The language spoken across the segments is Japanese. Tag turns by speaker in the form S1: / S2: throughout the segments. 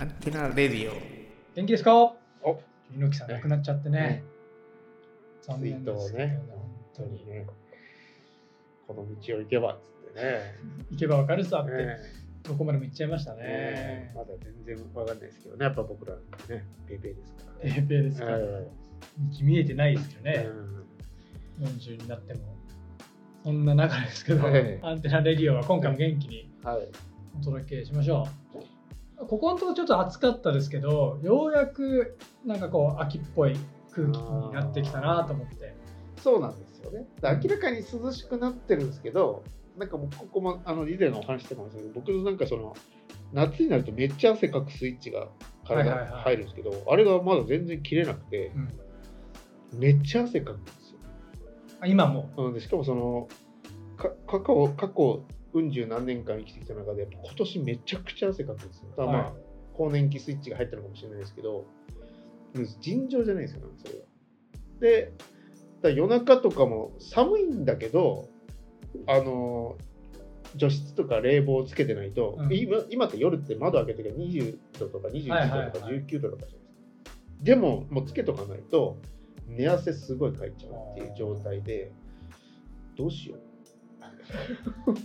S1: アンテナレディオ。
S2: 元気ですか
S3: お
S2: 猪木さん亡くなっちゃってね。残
S3: ツイ
S2: 念
S3: ート
S2: です
S3: を
S2: けど
S3: ね、
S2: 本当
S3: 本当
S2: に
S3: に。ね、この道を行けばっつってね。
S2: 行けばわかるさって、
S3: ね
S2: どこまでも行っちゃいました
S3: ね
S2: ね。
S3: まだ全然わかんないですけどね、やっぱ僕らね、ペイペイですから
S2: ペ
S3: ね。
S2: ーペーですから、道見えてないですけどね、40になっても。そんな中ですけど、
S3: はい
S2: アンテナレディオは今回も元気に
S3: はいはい。
S2: お届けしましょう。ここのところちょっと暑かったですけど、ようやくなんかこう秋っぽい空気になってきたなと思って。
S3: そうなんですよね。だから明らかに涼しくなってるんですけど、なんかもうここもあの以前のお話してましたけど、僕なんかその夏になるとめっちゃ汗かくスイッチが体
S2: はいはい
S3: に
S2: はい
S3: 入るんですけど、あれがまだ全然切れなくて、
S2: うん
S3: めっちゃ汗かくんですよ。
S2: あ今も
S3: うんでしかもそのか過去過去うん十何年間生きてきた中でやっぱ今年めちゃくちゃ汗かくんですよ。だからまあ、
S2: はい
S3: 更年期スイッチが入ったのかもしれないですけどうん尋常じゃないですよねそれは。でだから夜中とかも寒いんだけどあの除湿とか冷房をつけてないと、
S2: うん
S3: 今今って夜って窓開けてから20度とか
S2: はいはい
S3: 21
S2: は
S3: 度
S2: い
S3: とか19度とかじゃないですか。でももうつけとかないと寝汗すごいかいちゃうっていう状態でどうしよう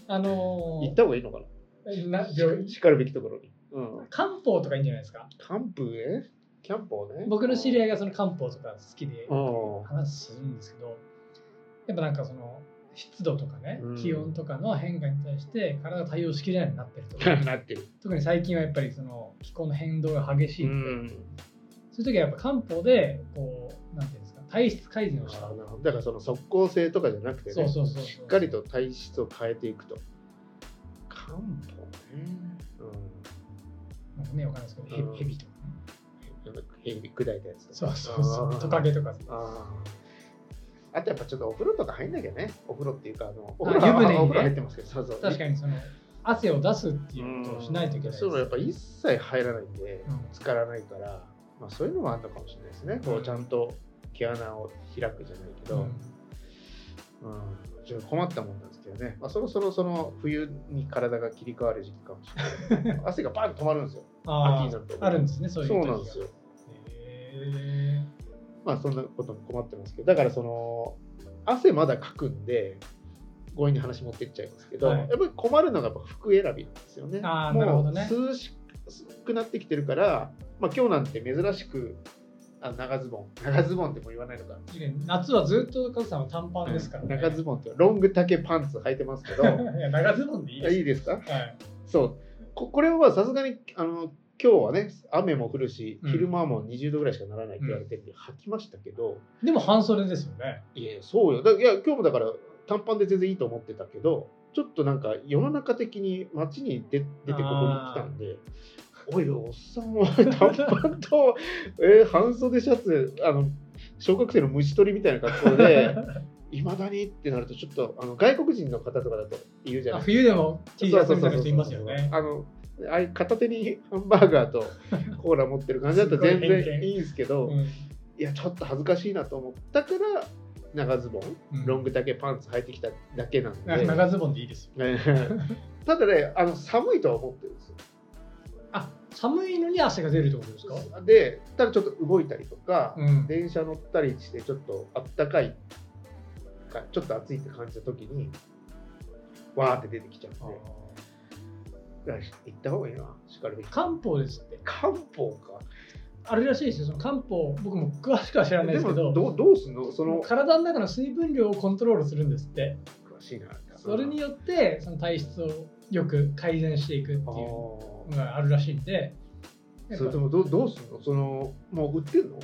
S2: あの
S3: 行っ
S2: ー
S3: た方がいいのか
S2: な病
S3: な
S2: 院
S3: しかるべきところに、うん、
S2: 漢方とかいいんじゃないですか
S3: キャンプねキャンプをね
S2: 僕の知り合いがその漢方とか好きで
S3: うん
S2: 話するんですけどやっぱなんかその湿度とかね、
S3: うん
S2: 気温とかの変化に対して体が対応しきれないようになってる と
S3: なってる、
S2: 特に最近はやっぱりその気候の変動が激しい、
S3: ん、
S2: そういう時はやっぱ漢方でこうなんていうんですか体質改善をした
S3: あーなるほどだからその即効性とかじゃなくてね
S2: そうそうそうそう
S3: しっかりと体質を変えていくと漢方ね、う
S2: なんかねわかんないですけど
S3: うん
S2: ヘヘビとかね
S3: ん、なんか変に砕いたやつとか
S2: そうそうそ
S3: あー
S2: うトカゲとかさ
S3: あーあとやっぱちょっとお風呂とか入んなきゃね、お風呂っていうか、あのお
S2: あ
S3: 風呂
S2: 湯船にね
S3: お風呂入ってますけど、そうそう
S2: 確かにその汗を出すっていうことをしないといけないです
S3: そういうのやっぱ一切入らないんで、
S2: うん
S3: 浸からないから、まあ、そういうのもあるのかもしれないですね、こ
S2: うん
S3: うちゃんと毛穴を開くじゃないけど、
S2: う
S3: うん
S2: ん
S3: ちょっと困ったもんなんですけどね、まあ、そろそろその冬に体が切り替わる時期かもしれないです ね汗がバンと止まるんですよ
S2: あ
S3: 秋
S2: ー
S3: になると
S2: あるんですねそういう
S3: そう
S2: 時が
S3: なんですよ
S2: へ
S3: まあそんなことも困ってますけどだからその汗まだかくんで強引に話持ってっちゃいますけど、
S2: はい
S3: やっぱり困るのがやっぱ服選びなんですよね。
S2: あー
S3: もう
S2: なるほどね
S3: 涼しくなってきてるから、まあ、今日なんて珍しくあ長ズボン長ズボンってもう言わないのか、
S2: ーいいね夏はずっとカズさんは短パンですから、ね、
S3: 長ズボンってロング丈パンツ履いてますけど
S2: いや長ズボン でいいです
S3: いいですか
S2: はい
S3: そうここれはさすがにあの今日はね雨も降るし
S2: うん
S3: 昼間も20度ぐらいしかならないって言われてるんで、履きましたけど。
S2: でも半袖ですよね
S3: いや、そうよ。だいや、今日もだから短パンで全然いいと思ってたけど、ちょっとなんか世の中的に街に出出てここに来たんで、おいおっさんは短パンと、 えー半袖シャツ、あの、小学生の虫取りみたいな格好 で、いまだにってなると、ちょっとあの外国人の方とかだといるじゃ
S2: あ
S3: ないですか。
S2: 冬でも T シャツみたいな
S3: そうそうそう
S2: 人
S3: そう
S2: いますよね
S3: あのああいう片手にハンバーガ ーとコーラ持ってる感じだったら全
S2: すごい偏
S3: 然
S2: 見
S3: いいんですけど、
S2: うん
S3: いやちょっと恥ずかしいなと思ったから長ズボン
S2: うん
S3: ロングだけパンツ履いてきただけなんで、
S2: な長ズボンでいいですよ
S3: ただねあの寒いとは思ってるんですよ
S2: あ寒いのに汗が出るってことですか
S3: でただちょっと動いたりとか、
S2: うん
S3: 電車乗ったりしてちょっとあったかいかちょっと暑いって感じた時にわーって出てきちゃうんで
S2: あー
S3: だから行った方がいいなしかるべき
S2: 漢方ですって
S3: 漢方か
S2: あれらしいですよその漢方僕も詳しくは知らない
S3: で
S2: ですけ
S3: も
S2: ど
S3: どうどうすんのその
S2: 体の中の水分量をコントロールするんですって
S3: 詳しいな
S2: それによってその体質をよく改善していくっていう
S3: あ
S2: の
S3: ー
S2: があるらしいんでやっ
S3: それ
S2: ぱ
S3: ともどうどうすんのそのもう売ってんの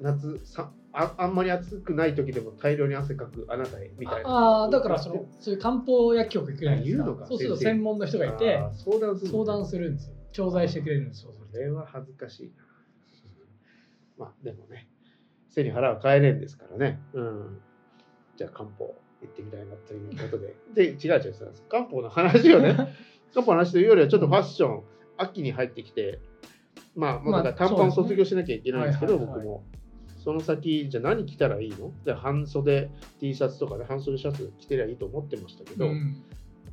S3: 夏さああんまり暑くない時でも大量に汗かくあなたへみたいな
S2: ああーだからそのそういう漢方薬局行くじゃないです
S3: あ言うの
S2: か
S3: か
S2: そうすると
S3: 先生
S2: 専門の人がいて
S3: あー相談する
S2: 相談
S3: す
S2: するんですよ調剤してくれるんですよそうす
S3: そ
S2: る
S3: れは恥ずかしいな まあでもね背に腹は変えれんですからねうんじゃあ漢方行ってみたいなということでで違う違う違う漢方の話 をね漢方の話というよりはちょっとファッション秋に入ってきてまあもうだから
S2: まあ
S3: 短パンを卒業しなきゃいけないんですけど、
S2: そうですねはい
S3: 僕もその先じゃあ何着たらいいのじゃあ半袖 T シャツとかね半袖シャツ着てりゃいいと思ってましたけ
S2: と
S3: ど、
S2: うん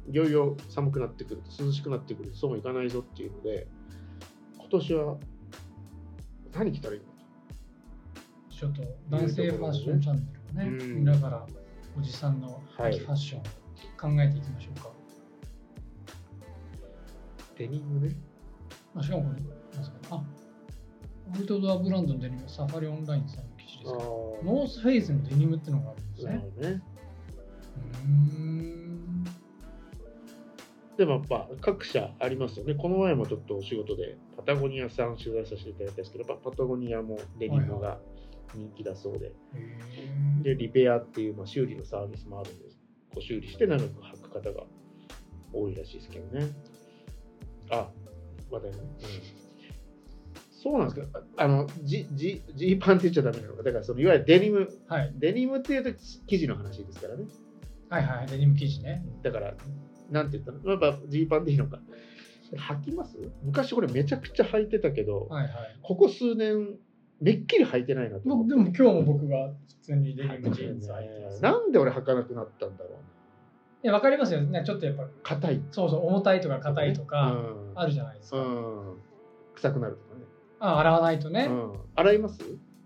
S3: いよいよ寒くなってくると涼しくなってくるとそうもいかないぞっていうので今年は何着たらいいの
S2: ちょっと男性ファッションチャンネルをね、
S3: うん
S2: 見ながらおじさんの
S3: はい
S2: 秋ファッション考えていきましょうか。
S3: デニムね。
S2: まあ、しかもこれ、なんすかねあアウトドアブランドのデニム、サファリオンラインさんの記事ですけど、
S3: あ
S2: ノースフェイスのデニムってのがあるんです
S3: あ。なる
S2: ね。
S3: ほどね。
S2: うーん。
S3: でもやっぱ各社ありますよね。この前もちょっとお仕事でパタゴニアさん取材させていただいたんですけど、やっぱパタゴニアもデニムが人気だそうで、
S2: へ
S3: で、リペアっていうまあ修理のサービスもあるんです。こう修理して長く履く方が多いらしいですけどね。あ、話題ね。うんそうなんですかあの、ジジジーパンって言っちゃダメなのか。だからそのいわゆるデニム、
S2: ーはい、
S3: デニムっていうと生地の話ですからね。
S2: はいはい、デニム生地ね。
S3: だから、なんて言ったのやっぱジーパンでいいのか。履きます昔これめちゃくちゃ履いてたけど、
S2: はいはい。
S3: ここ数年、めっきり履いてないなと思っ
S2: 僕、
S3: て。
S2: でも今日も僕が普通にデニムジ
S3: 履い
S2: ーン
S3: て
S2: ズ
S3: な
S2: 履
S3: い
S2: いてます、ね。
S3: なんで俺履かなくなったんだろうな。
S2: いや、わかりますよ。ねちょっとやっぱ、
S3: 硬い。
S2: そうそう、重たいとか硬いと
S3: う
S2: か、
S3: ん
S2: あるじゃないですか。
S3: うん。臭くなると
S2: あ洗わないとね、
S3: かね。うん。洗います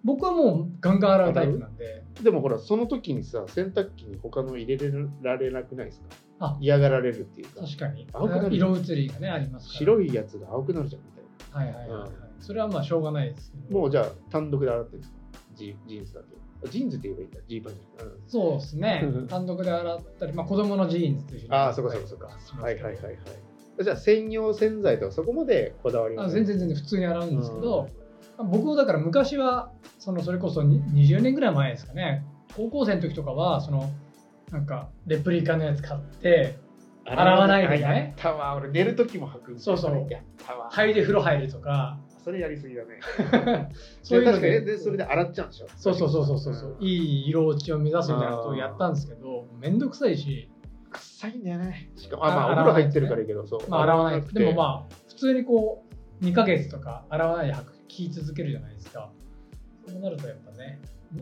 S2: 僕はもうガンガン洗うタイプなんで、
S3: でもほら、その時にさ、洗濯機に他の入れられなくないですか
S2: あ
S3: 嫌がられるっていうか、
S2: 確かに
S3: 青くなる
S2: 色移りがねありますから。
S3: 白いやつが青くなるじゃんみたいな。
S2: はいはいはい、はい
S3: うん
S2: それはまあしょうがないですけど。
S3: もうじゃあ、単独で洗ってるんですかジジーンズだけ。ジーンズって言えばいいんだ。ジーパンじゃない。うん
S2: そうです ね
S3: うん。
S2: 単独で洗ったり、まあ子供のジーンズという
S3: ああ、そうかそうかそうか。はいはいはいはい。じゃあ専用洗剤とかそこまでこだわりは
S2: あ
S3: ない
S2: 全然全然普通に洗うんですけど、僕もだから昔はそのそれこそに20年ぐらい前ですかね高校生の時とかはそのなんかレプリカのやつ買って洗わないでね
S3: あやったわ。俺寝る時も履く。
S2: そうそう
S3: やったわ。
S2: 灰で風呂入るとか
S3: それやりすぎだね。
S2: そういうの
S3: 確かにねでそれで洗っちゃうんでしょ。
S2: そうそうそうそうそうそう、
S3: い。
S2: いい色落ちを目指すみたいなことをやったんですけど面倒くさいし、
S3: 臭いんだよね。しかもあまあ
S2: あ
S3: お風呂入ってるからいいけどそう。
S2: まあ、洗わない
S3: くて
S2: でもまあ普通にこう2ヶ月とか洗わないで履く着続けるじゃないですかそうなるとやっぱね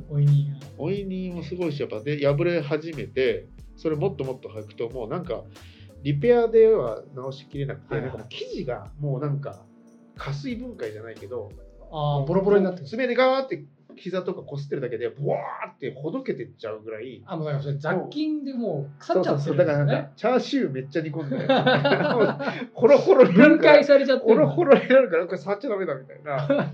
S2: おいに
S3: オイニーもすごいしやっぱで破れ始めてそれもっともっと履くともうなんかリペアでは直しきれなくて、
S2: はいはい
S3: なんか生地がもうなんか加水分解じゃないけど
S2: あーボロボロになってくる
S3: 爪でガーって膝とか擦ってるだけでボワーってほどけてっちゃうぐらい
S2: あもうだからそれ雑菌でもう腐っちゃって
S3: そうんそうそ
S2: る
S3: うだか
S2: で
S3: ら
S2: す
S3: なん
S2: ね
S3: かチャーシューめっちゃ煮込んで もう ホロホロになる
S2: 分
S3: から
S2: 解されちゃって
S3: ホ
S2: る
S3: ロホロになるからこれ触っちゃダメだみたい な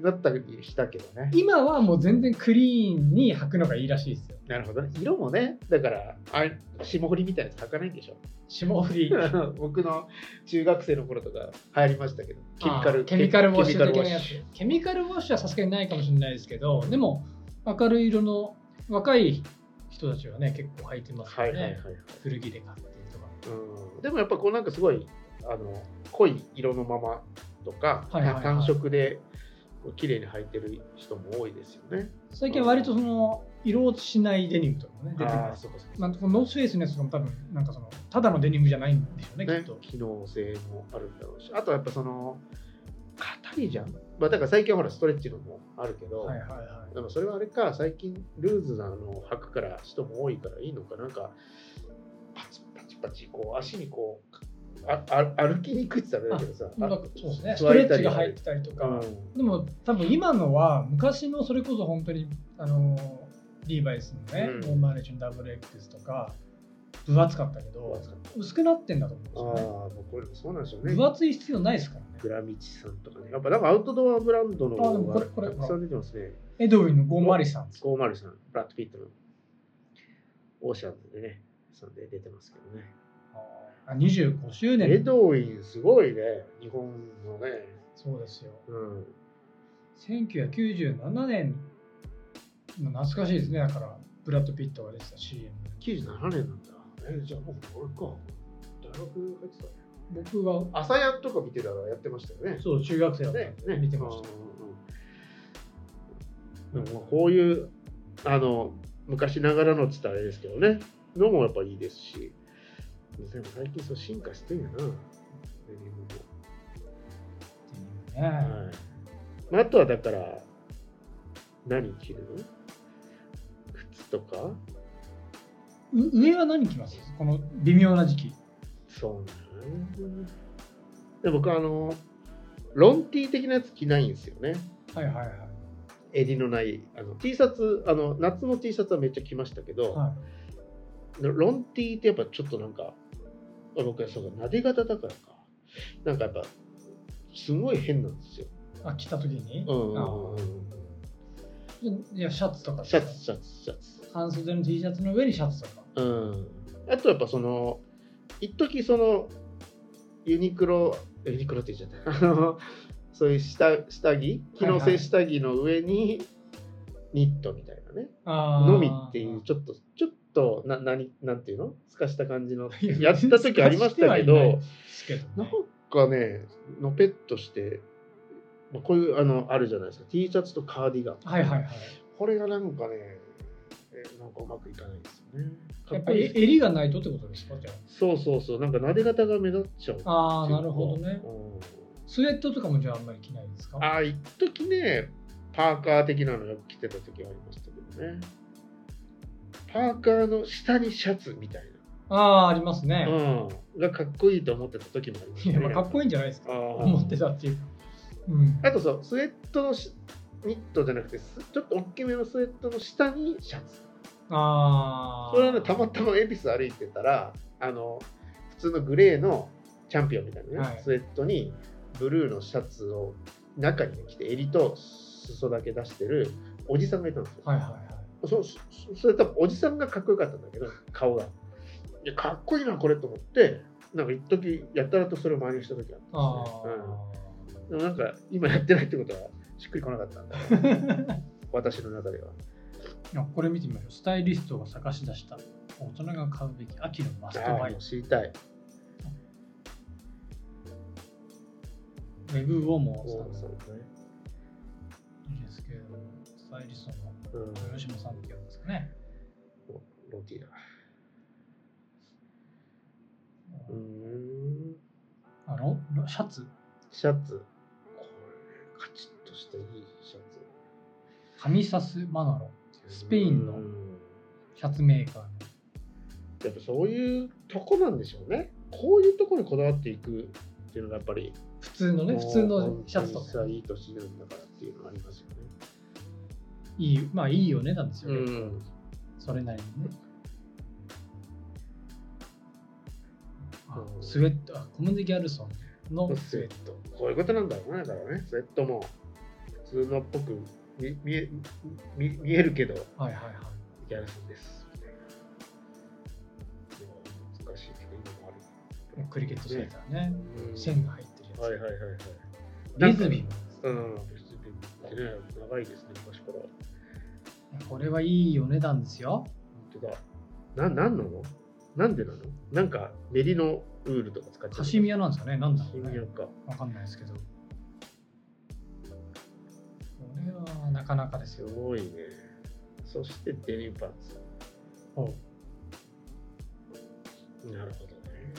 S3: なったりしたけどね
S2: 今はもう全然クリーンに履くのがいいらしいですよ
S3: なるほどね色もねだからあ霜降りみたいなやつ履かないんでしょ
S2: 霜降り
S3: 僕の中学生の頃とか流行りましたけど、ケミカ
S2: あ
S3: ル
S2: ーケミカルウォッシュ的なやつ
S3: ケミカルウォッシ
S2: ケミカルウォッシュはさすがにないかもしれないですけどでも明るい色の若い人たちはね結構履いてます
S3: ュは
S2: よ
S3: い
S2: ね、
S3: はいはいはい。
S2: 古着で買ってとか
S3: うんでもやっぱこうなんかすごいあの濃い色のままとか、
S2: はいはいはい
S3: 単色でこう綺麗に履いてる人も多いですよね。
S2: 最近は割とその色落ちしないデニムとかもね出てます
S3: あーそうかそうか
S2: まあ、このノースフェイスのやつとかも多分なんかそのただのデニムじゃないんでしょうねきっ
S3: ね
S2: と、
S3: 機能性もあるんだろうし、あとはやっぱその硬いじゃん。まあだから最近はほらストレッチのもあるけど。
S2: はいはいは
S3: でもそれはあれか、最近ルーズなのを履くから人も多いからいいのか、なんか、パチパチパチ、こう足にこう、ああ歩きにくいって言ったらあれだけどさ
S2: い、なんかそうですねスト
S3: 座
S2: レ
S3: れ
S2: ッ
S3: た
S2: チ
S3: り
S2: が入ってたりとか、
S3: うん
S2: でも多分今のは昔のそれこそ本当にあのリーバイスのね
S3: うん、
S2: ノーマーレーション WX とか分厚かったけど薄くなってんだと
S3: ああ、
S2: 思うんですよね
S3: もうこれもそうなんでしょうね。
S2: 分厚い必要ないですからね
S3: グラミチさんとかね、やっぱなんかアウトドアブランドの
S2: あで
S3: 方
S2: もこ
S3: が
S2: れこれ
S3: たくさん出てますね。
S2: エドウィンのゴーマリさん
S3: 503、ブラッド・ピットのオーシャンズでね、さんで出てますけどね。
S2: あ25周
S3: エ
S2: 年
S3: ドウィン、すごいね、日本のね。
S2: そうですよ
S3: うん
S2: 1997年の懐かしいですねだからブラッド・ピットが出てた CM
S3: 97年なんだ。え、じゃあもう俺か。大学入ってたね。
S2: 僕は
S3: 朝やとか見てたらやってましたよね。
S2: そう中学生だった
S3: ね
S2: ん。で見てました、
S3: た。でもまあこういう、あの、昔ながらのって言ったらあれですけどね、のもやっぱいいですし、でも最近そう進化してるよな、デニムも
S2: デニムね、
S3: はいまああとはだから、何着るの靴とか
S2: う上は何着ますこの微妙な時期
S3: そうね。で僕あのロンティー的なやつ着ないんですよね
S2: はいはいはい
S3: 襟のないあの T シャツあの夏の T シャツはめっちゃ着ましたけど、
S2: は
S3: ロンティーってやっぱちょっとなんかあ僕はそうかなで型だからかなんかやっぱすごい変なんですよ、
S2: いあ来た時に、
S3: うん
S2: あーいやシャツとか
S3: シャツシャツシャツ
S2: 半袖の T シャツの上にシャツとか
S3: うん、あとやっぱその一時そのユニクロユニクロって言っちゃったあのそういう下下着機能性下着の上にニットみたいなね、
S2: あー
S3: のみっていうちょっとちょっとな何なんていうの透かした感じのやった時ありましたけど
S2: いや別に透かしてはいないですけど
S3: なん
S2: ね
S3: かねのぺっとして、まあ、こういうあのあるじゃないですか T シャツとカーディガン
S2: はいはいはい
S3: これがなんかねえーなんかうまくいかないですよねか
S2: やっ
S3: っ
S2: ぱ
S3: こいい
S2: り
S3: です
S2: 襟がないとってことですかじゃ
S3: そうそうそう、なんか撫で方が目立っちゃうっていうか。
S2: ああーなるほどね
S3: うん。
S2: スウェットとかもじゃああんまり着ないんですか
S3: ああ、一時ね、パーカー的なのよく着てた時はありましたけどね。パーカーの下にシャツみたい
S2: あーありますね
S3: な、、うん、がかっこいいと思ってた時もありました、
S2: い
S3: ね。
S2: やまあかっこいいんじゃないですか
S3: あー
S2: 思ってたっていうかうん
S3: あとそう、スウェットのしニットじゃなくて、すちょっと大きめのスウェットの下にシャツ。
S2: ああ
S3: それはね、たまたま恵比寿歩いてたら、あの、普通のグレーのチャンピオンみたいなね、
S2: はい
S3: スウェットに、ブルーのシャツを中にね着て、襟と裾だけ出してるおじさんがいたんですよ。
S2: はいはいはい
S3: そそそれ多分おじさんがかっこよかったんだけど、顔が。いや、かっこいいな、これと思って、なんか一時やたらとそれを真似した時あ
S2: あ
S3: ったんですね。うん、でもなんか、今やってないってことは、しっくりこなかったんだ、
S2: あ、
S3: 私の中では。
S2: いやこれ見てみましょう。スタイリストが探し出した大人が買うべき秋のマスト
S3: ああ
S2: バイ
S3: もう。知りたい。
S2: ウェブをもさ
S3: そうそうね
S2: いいですけれども、スタイリストの
S3: うん
S2: 豊島さんっていうんですかね。
S3: ロロティだ。うーん。
S2: あのロシャツ
S3: シャツ。これ、カチッとしたいいシャツ。
S2: カミサス・マナロスペインの
S3: うーん
S2: シャツメーカーの。
S3: やっぱそういうとこなんでしょうね。こういうとこにこだわっていくっていうのがやっぱり。
S2: 普通のね、普通のシャツと
S3: か。
S2: か。
S3: いい年なんだからっていうのはありますよね。
S2: いい、まあいいよねなんですよ、結構
S3: ん。
S2: それなりにね。あ
S3: うん
S2: スウェット、あコムデ・ギャルソンのス
S3: ス
S2: ウ
S3: ウ
S2: ェ
S3: ェ
S2: ッ
S3: ッ
S2: ト。
S3: ト。こういうことなんだろうね。だからね、スウェットも普通のっぽく見見え見見えるけど、
S2: はいはいはい。
S3: ギャルソンです。みたいな難しいけど、今もある。
S2: クリケットセーターね、
S3: うん
S2: 線が入ってるやつ。
S3: はいはいはいはい。
S2: リズビー
S3: う
S2: も
S3: ん、レズビーってね、長いですね、昔から。本
S2: これはいいお値段ですよ。
S3: 当だ。な、なんなのなんでなのなんか、練りのウールとか使って
S2: カシミ
S3: ヤ。
S2: ヤなんですかね、なんだ
S3: カ
S2: ろ
S3: シ
S2: う
S3: ミ
S2: ね
S3: ヤ。か。
S2: わかんないですけど。これはなかなかです
S3: す
S2: よ。
S3: ごいね。そして、デニムパンツ。なるほどね。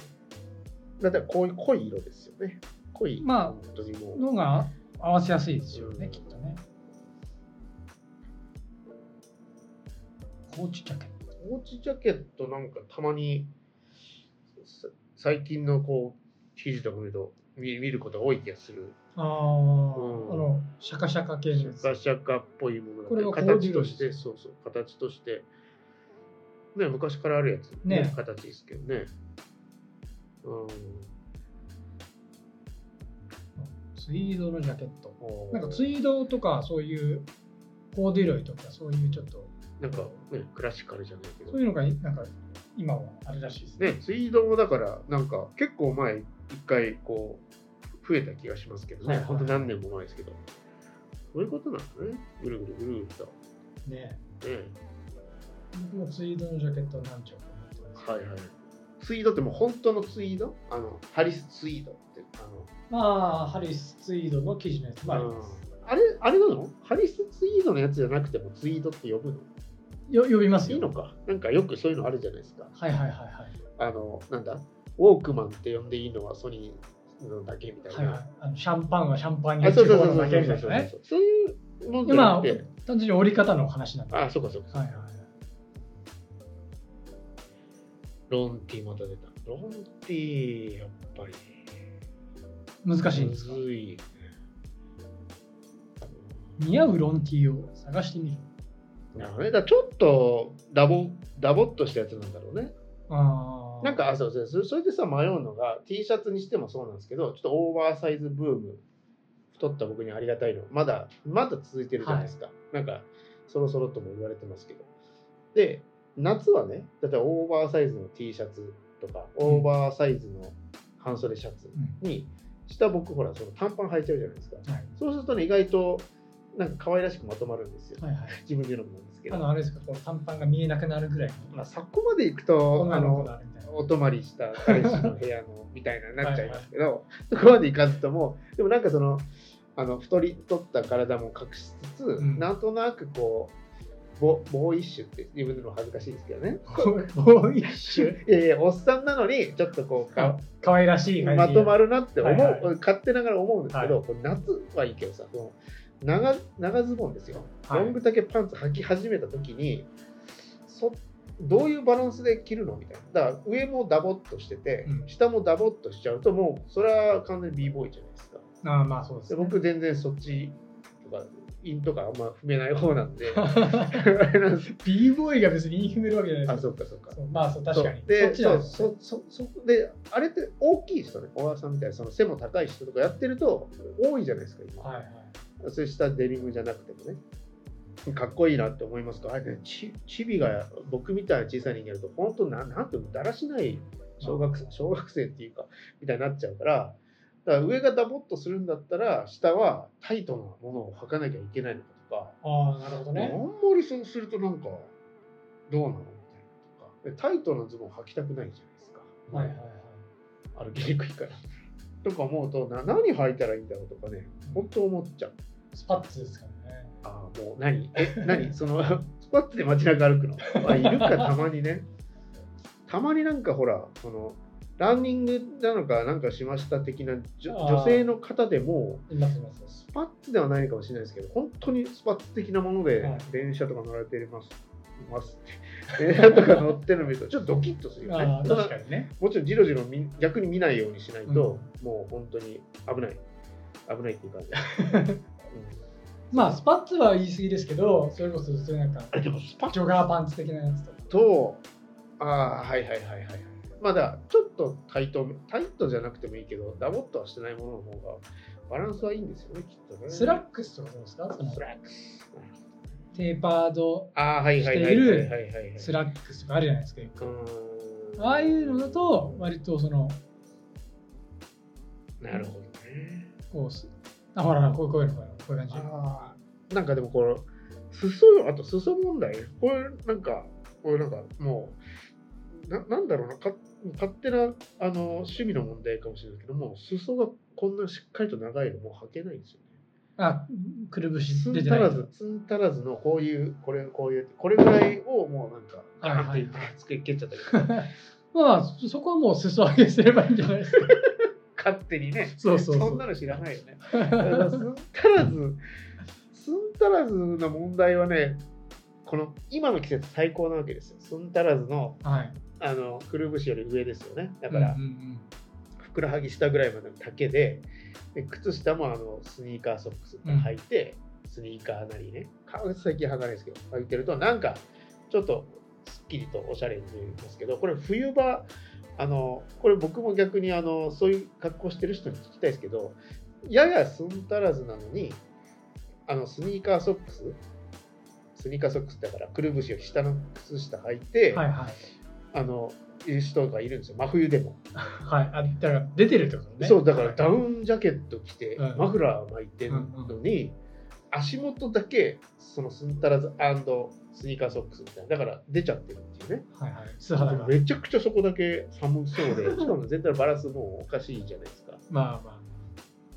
S3: だって、こういう濃い色ですよね。濃い。
S2: まあ
S3: 本当にもう。
S2: のが合わせやすいですよね、きっとね。コーチジャケット。
S3: コーチジャケットなんかたまにさ最近のこう記事とか見ると見見ることが多い気がする。
S2: ああ、
S3: ん
S2: あの、シャカシャカ
S3: シ
S2: 系のや
S3: ャ
S2: つ。
S3: カシャカっぽいもの
S2: これは
S3: が
S2: コーデ
S3: 形
S2: ュロ
S3: と
S2: イ
S3: し
S2: です
S3: て、そうそう、形として、ね、昔からあるやつ、
S2: ね
S3: 形ですけどね。うん、
S2: ツイードのジャケット。
S3: おー
S2: なんかツイードとか、そういうコーデュロイとか、そういうちょっと、
S3: なんかね、クラシカルじゃないけど
S2: そう。いうのが、なんか、今はあるらしいですね。
S3: ね、ツイードもだから、なんか結構前、一回こう、増えた気がしますけど
S2: はい
S3: ね、
S2: はい
S3: ほんと何年も前ですけど。そういうことなのね、ぐるぐるぐるぐると。
S2: ね
S3: ね、
S2: 僕もツイードのジャケットを何着か持ってます。
S3: はいはい。ツイードってもう本当のツイードあの、ハリスツイードって。あの
S2: まあ、ハリスツイードの生地のやつもあります。
S3: あれ、あれなのハリスツイードのやつじゃなくてもツイードって呼ぶの
S2: よ呼びます
S3: いい
S2: よ。
S3: のか。なんかよくそういうのあるじゃないですか。
S2: はいはいはいはい。
S3: あの、なんだウォークマンって呼んでいいのはソニーのだけみたい
S2: はいはい
S3: な。、
S2: あのシャンパンはシャンパンに
S3: あ、そうそうそう
S2: の
S3: そ
S2: だ
S3: う
S2: け
S3: そう
S2: み
S3: そうそ
S2: たい
S3: う
S2: なね。
S3: そういうもんじゃな
S2: 今
S3: くて、、
S2: 単純に折り方の話なんで。はい
S3: あ、そうかそうか。
S2: はいはい。
S3: ロンティまた出た。ロンティやっぱり。
S2: 難しいんですか
S3: むずいね。
S2: 似合うロン T を探してみる。
S3: なるほどね。だからちょっとダボ、ダボっとしたやつなんだろうね。
S2: あー
S3: なんか、あそうそうそうそれでさ、迷うのが、T シャツにしてもそうなんですけど、ちょっとオーバーサイズブーム、太った僕にありがたいの、まだ、まだ続いてるじゃないですか。なんか、そろそろとも言われてますけど。で、夏はね、例えばオーバーサイズの T シャツとか、オーバーサイズの半袖シャツに、下僕、ほら、その短パン履いちゃうじゃないですか。
S2: うんはい
S3: そうするとね、意外と、なんか可愛らしくまとまるんですよ。
S2: はいはい。
S3: 自分で言うのもなんですけ
S2: あ
S3: ど。
S2: の、あれですか、こう短パンが見えなくなるぐらいの。
S3: まあ、そこまで行くと、
S2: 女
S3: あ
S2: の子
S3: の、
S2: だみたいな。
S3: お泊まりした彼氏の部屋のみたいなになっちゃいますけど、そこまでいかずともでもなんかそのあの太り太った体も隠しつつ、
S2: ん
S3: なんとなくこうボボーイッシュって自分でも恥ずかしいですけどね
S2: ボーイッシ ュ。
S3: いやいやおっさんなのにちょっとこうか
S2: 可愛らしい感じ。
S3: まとまるなって思う、
S2: はいはい
S3: 勝手ながら思うんですけど、これ夏はいいけどさこの長長ズボンですよ、
S2: はい
S3: ロング丈パンツ履き始めた時にそどういうバランスで着るのみたいなだから上もダボっとしてて、
S2: うん
S3: 下もダボっとしちゃうともうそれは完全に b ボーイじゃないですか
S2: ああ、まあそうです
S3: で
S2: ね。
S3: 僕全然そっちとかインとかあんま踏めない方なん であれなんです
S2: b ボーイが別に言い踏めるわけじゃない
S3: あ
S2: です
S3: そっかそっか
S2: か。そうまあそう、確かに。
S3: そう
S2: そっ
S3: で
S2: ちだ
S3: そ
S2: よ
S3: うそそそであれって大きい人ね小川さんみたいなその背も高い人とかやってると多いじゃないですか今、
S2: はいはい。
S3: それ下デニムじゃなくてもねかっこいいなって思いますかあれねちチビが僕みたいな小さい人間だと本当ななんていうのだらしない小学生小学生っていうかみたいになっちゃうからだから上がダボっとするんだったら下はタイトなものを履かなきゃいけないのかとか
S2: ああ、なるほど
S3: あ
S2: ね。
S3: んまりそうするとなんかどうなのみたいなとかでタイトなズボン履きたくないじゃないですか、
S2: はいはいはい。
S3: 歩きにくいからとか思うとな何履いたらいいんだろうとかね本当思っちゃう
S2: スパッツですからね。
S3: ああもう何え何 そのスパッツで街中歩くの、まあ、いるかたまにねたまになんかほらそのランニングなのかなんかしました的なじょ
S2: あー
S3: 女性の方でも
S2: いますいます。
S3: スパッツではないかもしれないですけど、本当にスパッツ的なもので
S2: はい
S3: 電車とか乗られています。ますって電車とか乗ってるの見るとちょっとドキッとするよね
S2: ああ、
S3: そんな
S2: 確かにね。
S3: もちろんじろじろ見逆に見ないようにしないと、もう本当に危ない危ないっていう感じ、 うん
S2: まあ、スパッツは言い過ぎですけど、それこそ普通になんか、
S3: あでもスパッ
S2: ジョガーパンツ的なやつとか。
S3: とああはいはいはいはいはいまあだからちょっとタイトタイトじゃなくてもいいけどダボっとはしてないものの方がバランスはいいんですよねきっとね
S2: スラックスとかどうですかその
S3: スラックス
S2: テーパード
S3: ああはいはいはいはいはいはいはい
S2: スラックスとかあるじゃないですか。よ
S3: う
S2: く
S3: ーん
S2: ああいうのだと、割とその、
S3: なるほどね
S2: こうす、あ、ほらほら、こうこういうの、こういうのこういう感じ。
S3: あーなんかでもこの裾あと裾問題これなんかこれなんかもうななんだろうなか勝手なあの趣味の問題かもしれないけどもう裾がこんなしっかりと長いのもう履けないんですよね
S2: あ、くるぶし
S3: ツ
S2: 出
S3: ン
S2: て
S3: タ
S2: ない
S3: ラズツンタラズのこういうこれこういうこれぐらいをもうなんか
S2: はいはい
S3: ガーンってつけ蹴っちゃったりとか
S2: まあ、そそこはもう裾上げすればいいんじゃないですか。
S3: 勝手にね
S2: そうそうそうん
S3: なの知らないよね スンタラズ、スンタラズの問題はね、この今の季節最高なわけですよ。スンタラズの
S2: はい。
S3: あのくるぶしより上ですよね。だから
S2: うん、うん
S3: ふくらはぎ下ぐらいまでの丈で、で靴下もあのスニーカーソックス履いて、スニーカーなりね、革最近履かないですけど、履いてると、なんかちょっとすっきりとおしゃれに見えるんですけど、これ冬場、あのこれ僕も逆にあのそういう格好してる人に聞きたいですけど、ややすんたらずなのに、あのスニーカーソックス、スニーカーソックスだからくるぶしより下の靴下履いて、
S2: うんはいはい。
S3: あのいう人がいるんですよ、真冬でも。
S2: はい。あ、だから出てるってことね。
S3: そうだから
S2: はい
S3: ダウンジャケット着て、
S2: うん
S3: マフラー巻いてるのに、足元だけそのスンタラズスニーカーソックスみたいなだから出ちゃってるっていうね
S2: はいはい。素 肌が。
S3: めちゃくちゃそこだけ寒そう でしかも全体のバランスもうおかしいじゃないですか
S2: まあま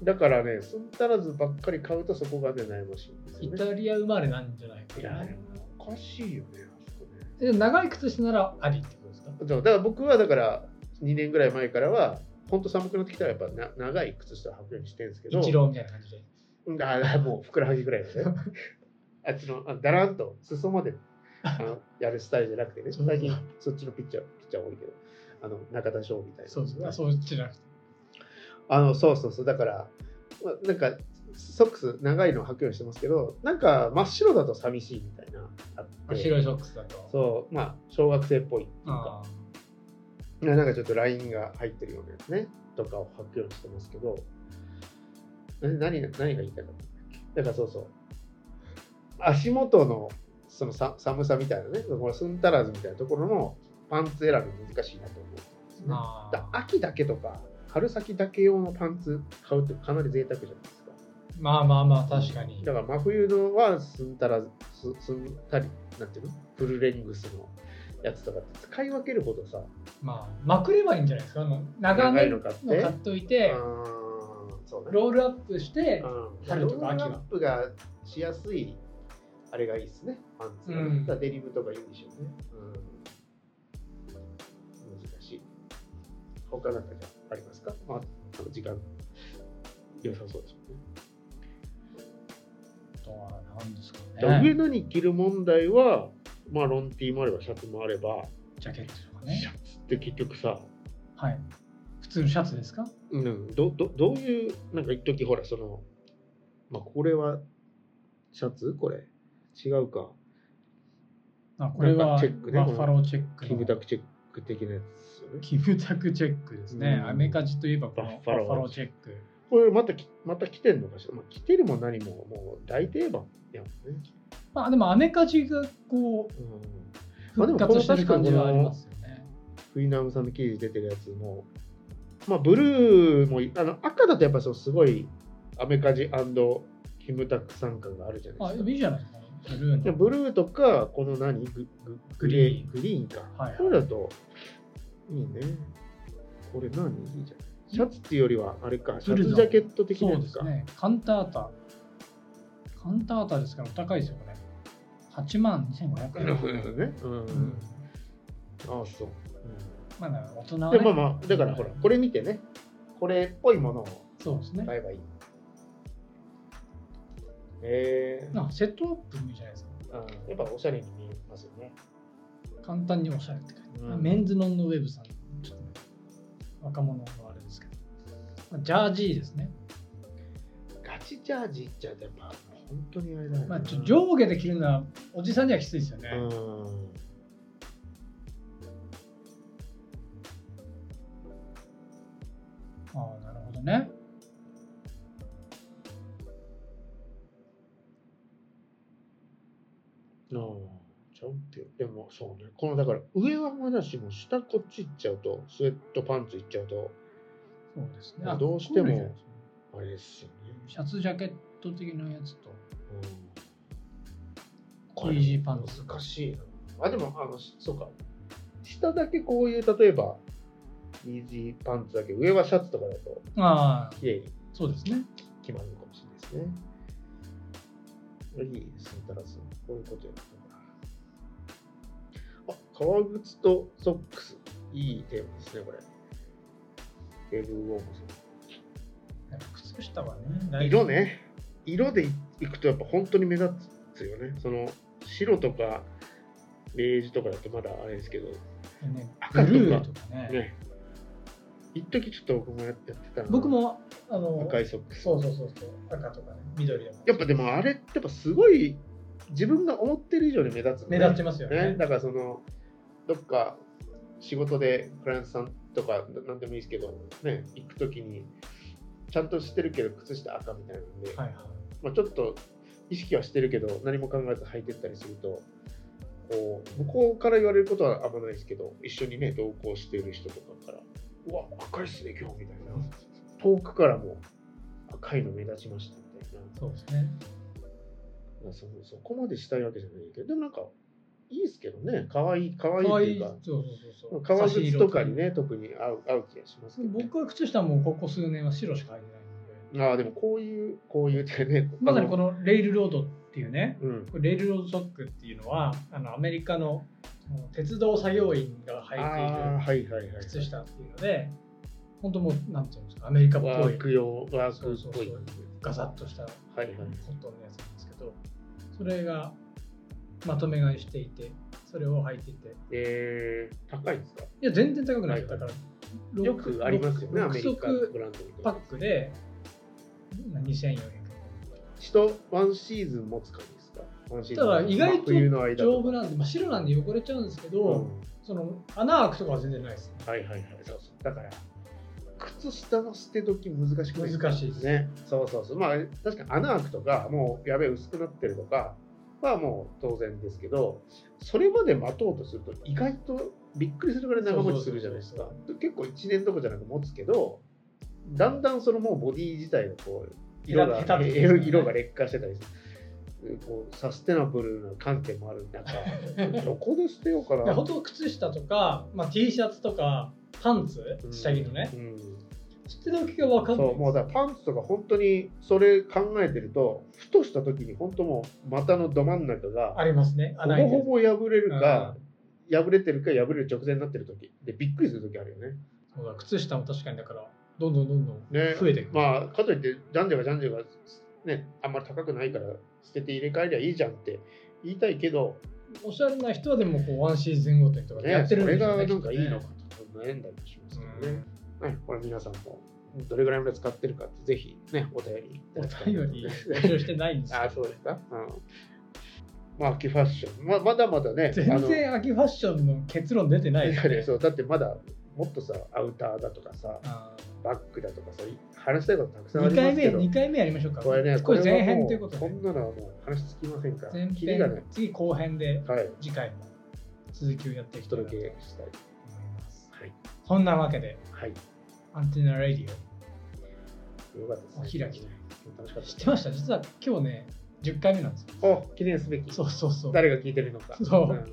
S3: だからねスンタラズばっかり買うとそこがね悩ましいんです
S2: あ。イ
S3: よ
S2: タ
S3: ね
S2: リア生まれなんじゃないか
S3: いや
S2: な。
S3: でもおかしいよねあそこね
S2: で長い靴下ならありってことですか
S3: そうだから僕はだから2年ぐらい前からは本当寒くなってきたらやっぱな長い靴下を履くようにしてるんですけど
S2: 一郎みたいな感じで。
S3: うんあ もうふくらはぎぐらいの ね。あっちの、あだらんと裾まであ のやるスタイルじゃなくてね、
S2: そうそう
S3: 最近そっちのピッチャー、ピッチャー多いけど、あの中田翔みたいな。
S2: そうそう。あそうじゃなくて。
S3: あのそうそうそう、だから、まあなんかソックス長いのを履くようにしてますけどなんか真っ白だと寂しいみたいなあって
S2: 白いソックスだと。
S3: そうまあ小学生っぽいっていうか
S2: あ
S3: なんかちょっとラインが入ってるようなやつねとかを履くようにしてますけどえ何が何が言いたいかったんだっけだからそうそう足元のそのさ寒さみたいなねこれすんたらずみたいなところのパンツ選び難しいなと思うんですね
S2: ーあ
S3: だ
S2: ー。
S3: 秋だけとか春先だけ用のパンツ買うってかなり贅沢じゃないですか
S2: まあまあまあ、確かに
S3: だ。から真冬のはすんたらすすんたりなんていうのフルレングスのやつとかって使い分けるほどさ
S2: まあ、まくればいいんじゃないですか。あの長めの
S3: 買っ
S2: 買っといて、
S3: うんそうね
S2: ロールアップして、
S3: うん
S2: 春とか秋
S3: ロ
S2: は
S3: ールアップがしやすいあれがいいですねパンツがね、
S2: うん
S3: だからデニムとかいいんでしょうね、うん、難しい他なんかじゃありますか、まあ、あの時間良さそうですもんね
S2: あとは何ですか
S3: 上
S2: ね。
S3: 何着る問題は、まあ、ロンティーもあればシャツもあれば、
S2: ジャケットとか
S3: シャ。
S2: ね
S3: ツって結局さ、
S2: はい。普通のシャツですか
S3: うん、どどどういうなんか一時ほらその、まあ、これはシャツこれ違うか
S2: あこれ
S3: なん
S2: は、
S3: かチェックね
S2: バッファローチェックの。
S3: キムタクチェック的なやつですよね
S2: キムタクチェックですね。
S3: うん
S2: アメカジといえばこの
S3: バッフ
S2: バ
S3: ァロ
S2: ッ
S3: ー
S2: ファローチェック。
S3: これまたきまた着てんのかしら、まあ、着てるも何ももう大定番やもんね、
S2: まあでもアメカジがこう
S3: うん、まあで
S2: 復
S3: もこの
S2: 活してる感じはありますよね。
S3: フィナムさんの記事出てるやつも、まあ、ブルーもいあの赤だとやっぱそうすごいアメカジキムタク参加があるじゃない
S2: あ、
S3: ですか
S2: でもいいじゃないですか。ブルー
S3: で
S2: の。
S3: ブルーとか、この何グググレー、グリーンか。
S2: はいはい
S3: これだと、いいね。これ何いいじゃん。シャツっていうよりは、あれか、シャ
S2: ブル
S3: ツ
S2: ーの
S3: ジャケット的な
S2: そう
S3: や
S2: で
S3: つ
S2: す
S3: か。
S2: ね。カンタータ。カンタータですからお高いですよ、これ。8万2500
S3: なるほど
S2: 円。
S3: ね。うん。
S2: うん
S3: ああ、そう。
S2: まだ大人は、
S3: で
S2: ね。
S3: まあまあ、だからほら、これ見てね、これっぽいものを
S2: そうですね。
S3: 買えばいい。えー
S2: なんかセットアップもいいじゃないですか。
S3: あーやっぱおしゃれに見えますよね。
S2: 簡単におしゃれって書いてある
S3: うん
S2: メンズノンノウェブさん。ちょっとね、若者のあれですけど。まあジャージーですね。
S3: ガチジャージっちゃ、やっぱ、本当にあれだよな
S2: まあ、ちょ上下で着るのはおじさんにはきついですよね。
S3: うん
S2: ああ、なるほどね。
S3: なあチャンピオンでもそうねこのだから上はまだしも下こっち行っちゃうとスウェットパンツ行っちゃうと
S2: そうですね。
S3: まあ
S2: あ
S3: どうしても
S2: こいのいいじゃないですか
S3: あれですよね、
S2: シャツジャケット的なやつと、
S3: うん、
S2: これイージーパンツ
S3: 難しいなあでもあのしそうか下だけこういう例えばイージーパンツだけ上はシャツとかだと
S2: ああ、
S3: 綺麗に
S2: そうですね。
S3: 決まるのかもしれないですねいいですねたらずこういうことやったからあ革靴とソックスいいテーマですねこれエブウォームさん
S2: 靴下はね、
S3: 色ね色でいくとやっぱ本当に目立つよねその白とかベージュとかだとまだあれですけど
S2: ね
S3: 赤
S2: ブ
S3: とか
S2: ルーとかね。
S3: ね一時ちょっと僕もやってたな
S2: 僕も、あの、
S3: 赤いソックス
S2: そうそうそうそう、赤とかね、緑とか。
S3: やっぱでもあれってやっぱすごい自分が思ってる以上に目立つのね、
S2: 目立ちますよ
S3: ね
S2: ね。
S3: だからそのどっか仕事でクライアントさんとかななんでもいいですけど、ね、行くときにちゃんとしてるけど靴下赤みたいなんで、
S2: はいはい。
S3: まあ、ちょっと意識はしてるけど何も考えず履いてったりするとこう向こうから言われることはあんまないですけど一緒にね同行している人とかから「うわ赤いっすね今日」みたいな遠くからも赤いの目立ちましたみたいな。
S2: そうですね。
S3: まあ、そそこまでしたいわけじゃないけどでもなんかいいですけどね可愛い可愛い
S2: か
S3: と
S2: わ
S3: い
S2: いうい。
S3: か
S2: そうそうそうそう。
S3: 革靴とかに
S2: 差し
S3: ね特に合う合う気がしますけ
S2: 色
S3: ど、
S2: とか。
S3: ね、
S2: 僕は靴下もここ数年は白しか履いてないんで。
S3: ああでもこういうこういう手ね
S2: まさにこ
S3: の、
S2: のレイルロードっていうね、
S3: うん、
S2: レイルロードソックっていうのは、あのアメリカのその鉄道作業員が
S3: あ
S2: 履いている
S3: あはいはいはい
S2: 靴下っていうので、本当もう、なんていうんですか、アメリカっ
S3: ワ
S2: ぽい
S3: ー、ク用ワークっぽい
S2: そうそうガサッとしたコ
S3: は
S2: ッ
S3: いはい
S2: トンのやつなんですけど、それがまとめ買いしていて、それを履いていて、
S3: えー、高いんですか
S2: いや、全然高くないです
S3: は
S2: だ
S3: い
S2: から、
S3: よくありますよねアメリカの
S2: 6足
S3: ブランドみたい
S2: パッ
S3: な
S2: クで2400円。
S3: 人ワンシーズン持つ感じですかワンシーズン
S2: ただ意外と
S3: 冬の間
S2: 丈夫
S3: な
S2: なんで、まあ、白なんで汚れちゃうんですけど、
S3: うん
S2: その穴開くとかは全然ないです
S3: はいはいはいそうそうだから靴下の捨て時難しくないですか
S2: 難しいです
S3: ねそうそうそうまあ確かに穴開くとかもうやべえ薄くなってるとかはもう当然ですけどそれまで待とうとすると意外とびっくりするぐらい長持ちするじゃないですか
S2: そうそう
S3: 結構1年どころじゃなく持つけどだんだんそのもうボディ自体のこう色が
S2: へたへたってきますね
S3: 色が劣化してたりするこうサステナブルな観点もある 中どこで捨てようか
S2: で
S3: な
S2: 本当靴下とか、まあ、T シャツとかパンツ下着のね、
S3: うん
S2: 捨て時が分かんない
S3: そうもうだからパンツとか本当にそれ考えてるとふとした時に本当もう股のど真ん中が
S2: ありますね
S3: ほ
S2: 穴開
S3: ぼ
S2: いてる
S3: ほぼ破れるか破れてるか破れる直前になってる時でびっくりする時あるよね。
S2: そうだ靴下も確かにだからどんどんどんどん
S3: ね
S2: 増えていく、
S3: まあかといってジャンジャがジャンジャがねあんまり高くないから捨てて入れ替えりゃいいじゃんって言いたいけど、
S2: おしゃれな人はでもこうワンシーズンごとにとかでや
S3: ね、
S2: っ
S3: そ
S2: てるん
S3: れ
S2: でしょ
S3: が
S2: う
S3: な
S2: ね
S3: んかいいの
S2: き
S3: か
S2: っ
S3: と悩んだりします
S2: と
S3: け
S2: ね
S3: どね。はい、これ皆さんもどれぐらいまで使ってるかってぜひねお便りいただきたいな
S2: お
S3: と
S2: 便り募集してないんですよ
S3: あそうですか。うん。まあ、秋ファッション。ままだまだね。
S2: 全
S3: あ
S2: 然秋ファッションの結論出てな
S3: の
S2: い
S3: い
S2: で
S3: や
S2: す
S3: ね
S2: ね
S3: そうだってまだもっとさ、アウターだとかさ、
S2: あ
S3: バッグだとかさ、話したいことたくさんあ
S2: ー
S3: り
S2: 二
S3: ま
S2: 回
S3: す
S2: 目
S3: けど。
S2: 二回目やりましょうか
S3: これね、
S2: これ前
S3: はも
S2: 編ということ
S3: こ
S2: で
S3: んなのはもう話つきませんから。
S2: 前
S3: キリがね
S2: 編、次後編で
S3: はい、
S2: 次回も続きをやってい
S3: お
S2: きたいなと
S3: 届
S2: 思い
S3: けしたい。
S2: ます
S3: はい。
S2: そんなわけで
S3: はい。
S2: アンテナラディ
S3: よかったです、ね。
S2: お開きだ
S3: 楽しか
S2: オ
S3: った。
S2: 知ってました実は今日ね10回目なんですよ
S3: た。お、記念すべき。
S2: そうそうそう
S3: 誰が聞いてるのか。
S2: そうん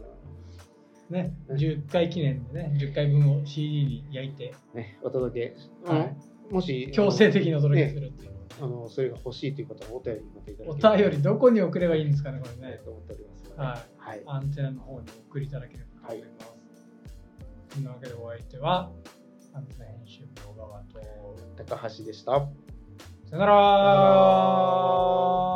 S2: ね、10回記念でね、10回分を CD に焼いて、
S3: ね、お届け。
S2: はい
S3: もし、
S2: 強制的にお届けするっていう。
S3: あの、それが欲しいという方はお便りまたいただ
S2: お
S3: ければ
S2: 便り、どこに送ればいいんですかね、これ
S3: ね
S2: ね。
S3: と思っておりますので。
S2: は
S3: はい
S2: い。。アンテナの方に送りいただければと思います。そんなわけでお相手は、アンテナ編集部の小川と、
S3: 高橋でした。
S2: さよなら
S3: よな